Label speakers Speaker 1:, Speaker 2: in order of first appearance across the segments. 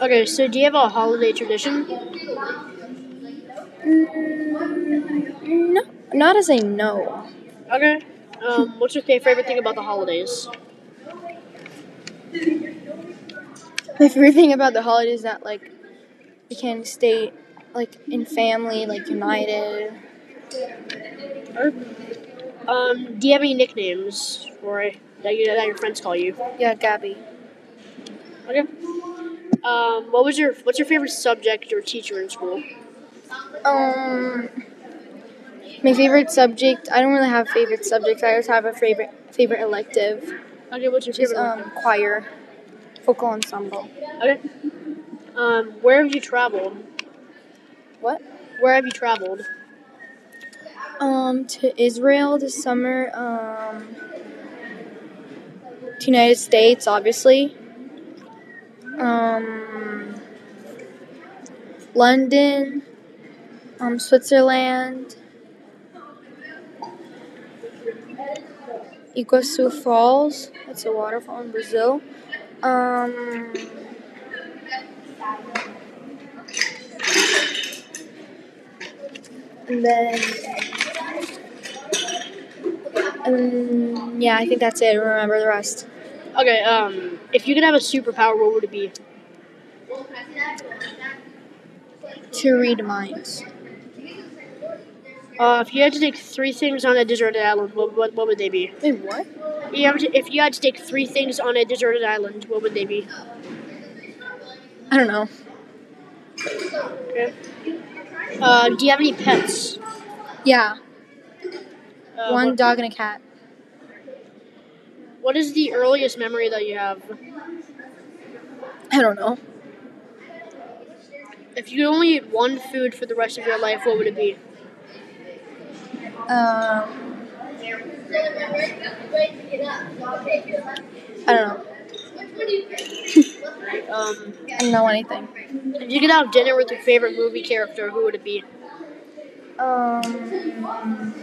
Speaker 1: Okay, so do you have a holiday tradition?
Speaker 2: No, not as I know.
Speaker 1: Okay. Um, what's your fa- favorite thing about the holidays?
Speaker 2: My favorite thing about the holidays is that like we can stay like in family, like united.
Speaker 1: Um, do you have any nicknames or that, you, that your friends call you?
Speaker 2: Yeah, Gabby.
Speaker 1: Okay. Um, what was your what's your favorite subject or teacher in school?
Speaker 2: Um, my favorite subject. I don't really have favorite subjects. I just have a favorite favorite elective,
Speaker 1: Okay, what's your
Speaker 2: which is
Speaker 1: favorite?
Speaker 2: um choir, vocal ensemble.
Speaker 1: one? okay. Um, where have you traveled?
Speaker 2: What?
Speaker 1: Where have you traveled?
Speaker 2: Um, to Israel this summer. Um, to United States, obviously. Um, London. Um, Switzerland. Iguazu Falls. That's a waterfall in Brazil. Um, and then. Um, yeah, I think that's it. I don't remember the rest.
Speaker 1: Okay. Um, if you could have a superpower, what would it be?
Speaker 2: To read minds.
Speaker 1: Uh, if you had to take three things on a deserted island, what what, what would they be?
Speaker 2: Wait, what?
Speaker 1: You have to, if you had to take three things on a deserted island, what would they be?
Speaker 2: I don't know.
Speaker 1: Okay. Uh, do you have any pets?
Speaker 2: Yeah,
Speaker 1: Uh,
Speaker 2: one
Speaker 1: What,
Speaker 2: dog and a cat.
Speaker 1: what is the earliest memory that you have?
Speaker 2: I don't know.
Speaker 1: If you could only eat one food for the rest of your life, what would it be?
Speaker 2: Um, I don't know.
Speaker 1: Um,
Speaker 2: I don't know anything.
Speaker 1: if you could have dinner with your favorite movie character, who would it be?
Speaker 2: Um,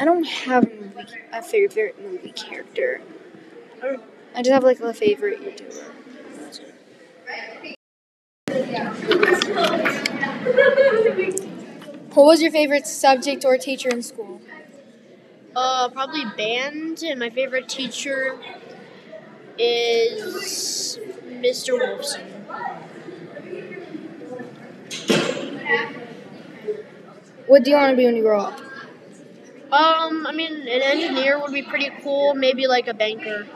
Speaker 2: I don't have a, movie, a favorite movie character. I just have like a favorite YouTuber. What was your favorite subject or teacher in school?
Speaker 1: Uh, probably band, and my favorite teacher is Mr. Wolfson.
Speaker 2: What do you want to be when you grow up?
Speaker 1: Um, I mean, an engineer would be pretty cool, maybe like a banker.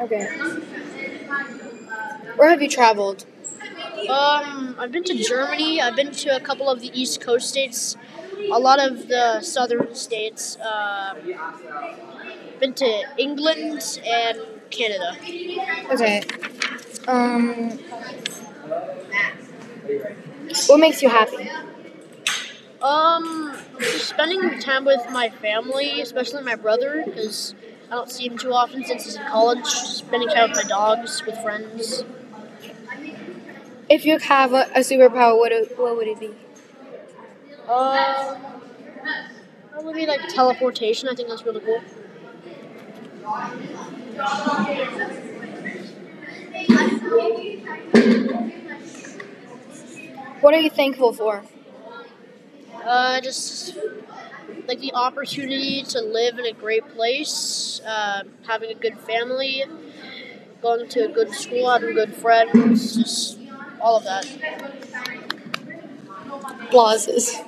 Speaker 2: Okay. Where have you traveled?
Speaker 1: Um, I've been to Germany. I've been to a couple of the East Coast states, a lot of the southern states. Um, been to England and Canada.
Speaker 2: Okay. Um. What makes you happy?
Speaker 1: Um, just spending time with my family, especially my brother, because I don't see him too often since he's in college. Spending time with my dogs, with friends.
Speaker 2: If you could have a, a superpower, what it, what would it be?
Speaker 1: Um, probably like teleportation. I think that's really cool.
Speaker 2: What are you thankful for?
Speaker 1: Uh, just like the opportunity to live in a great place, uh, having a good family, going to a good school, having good friends, just all of that.
Speaker 2: Applauses.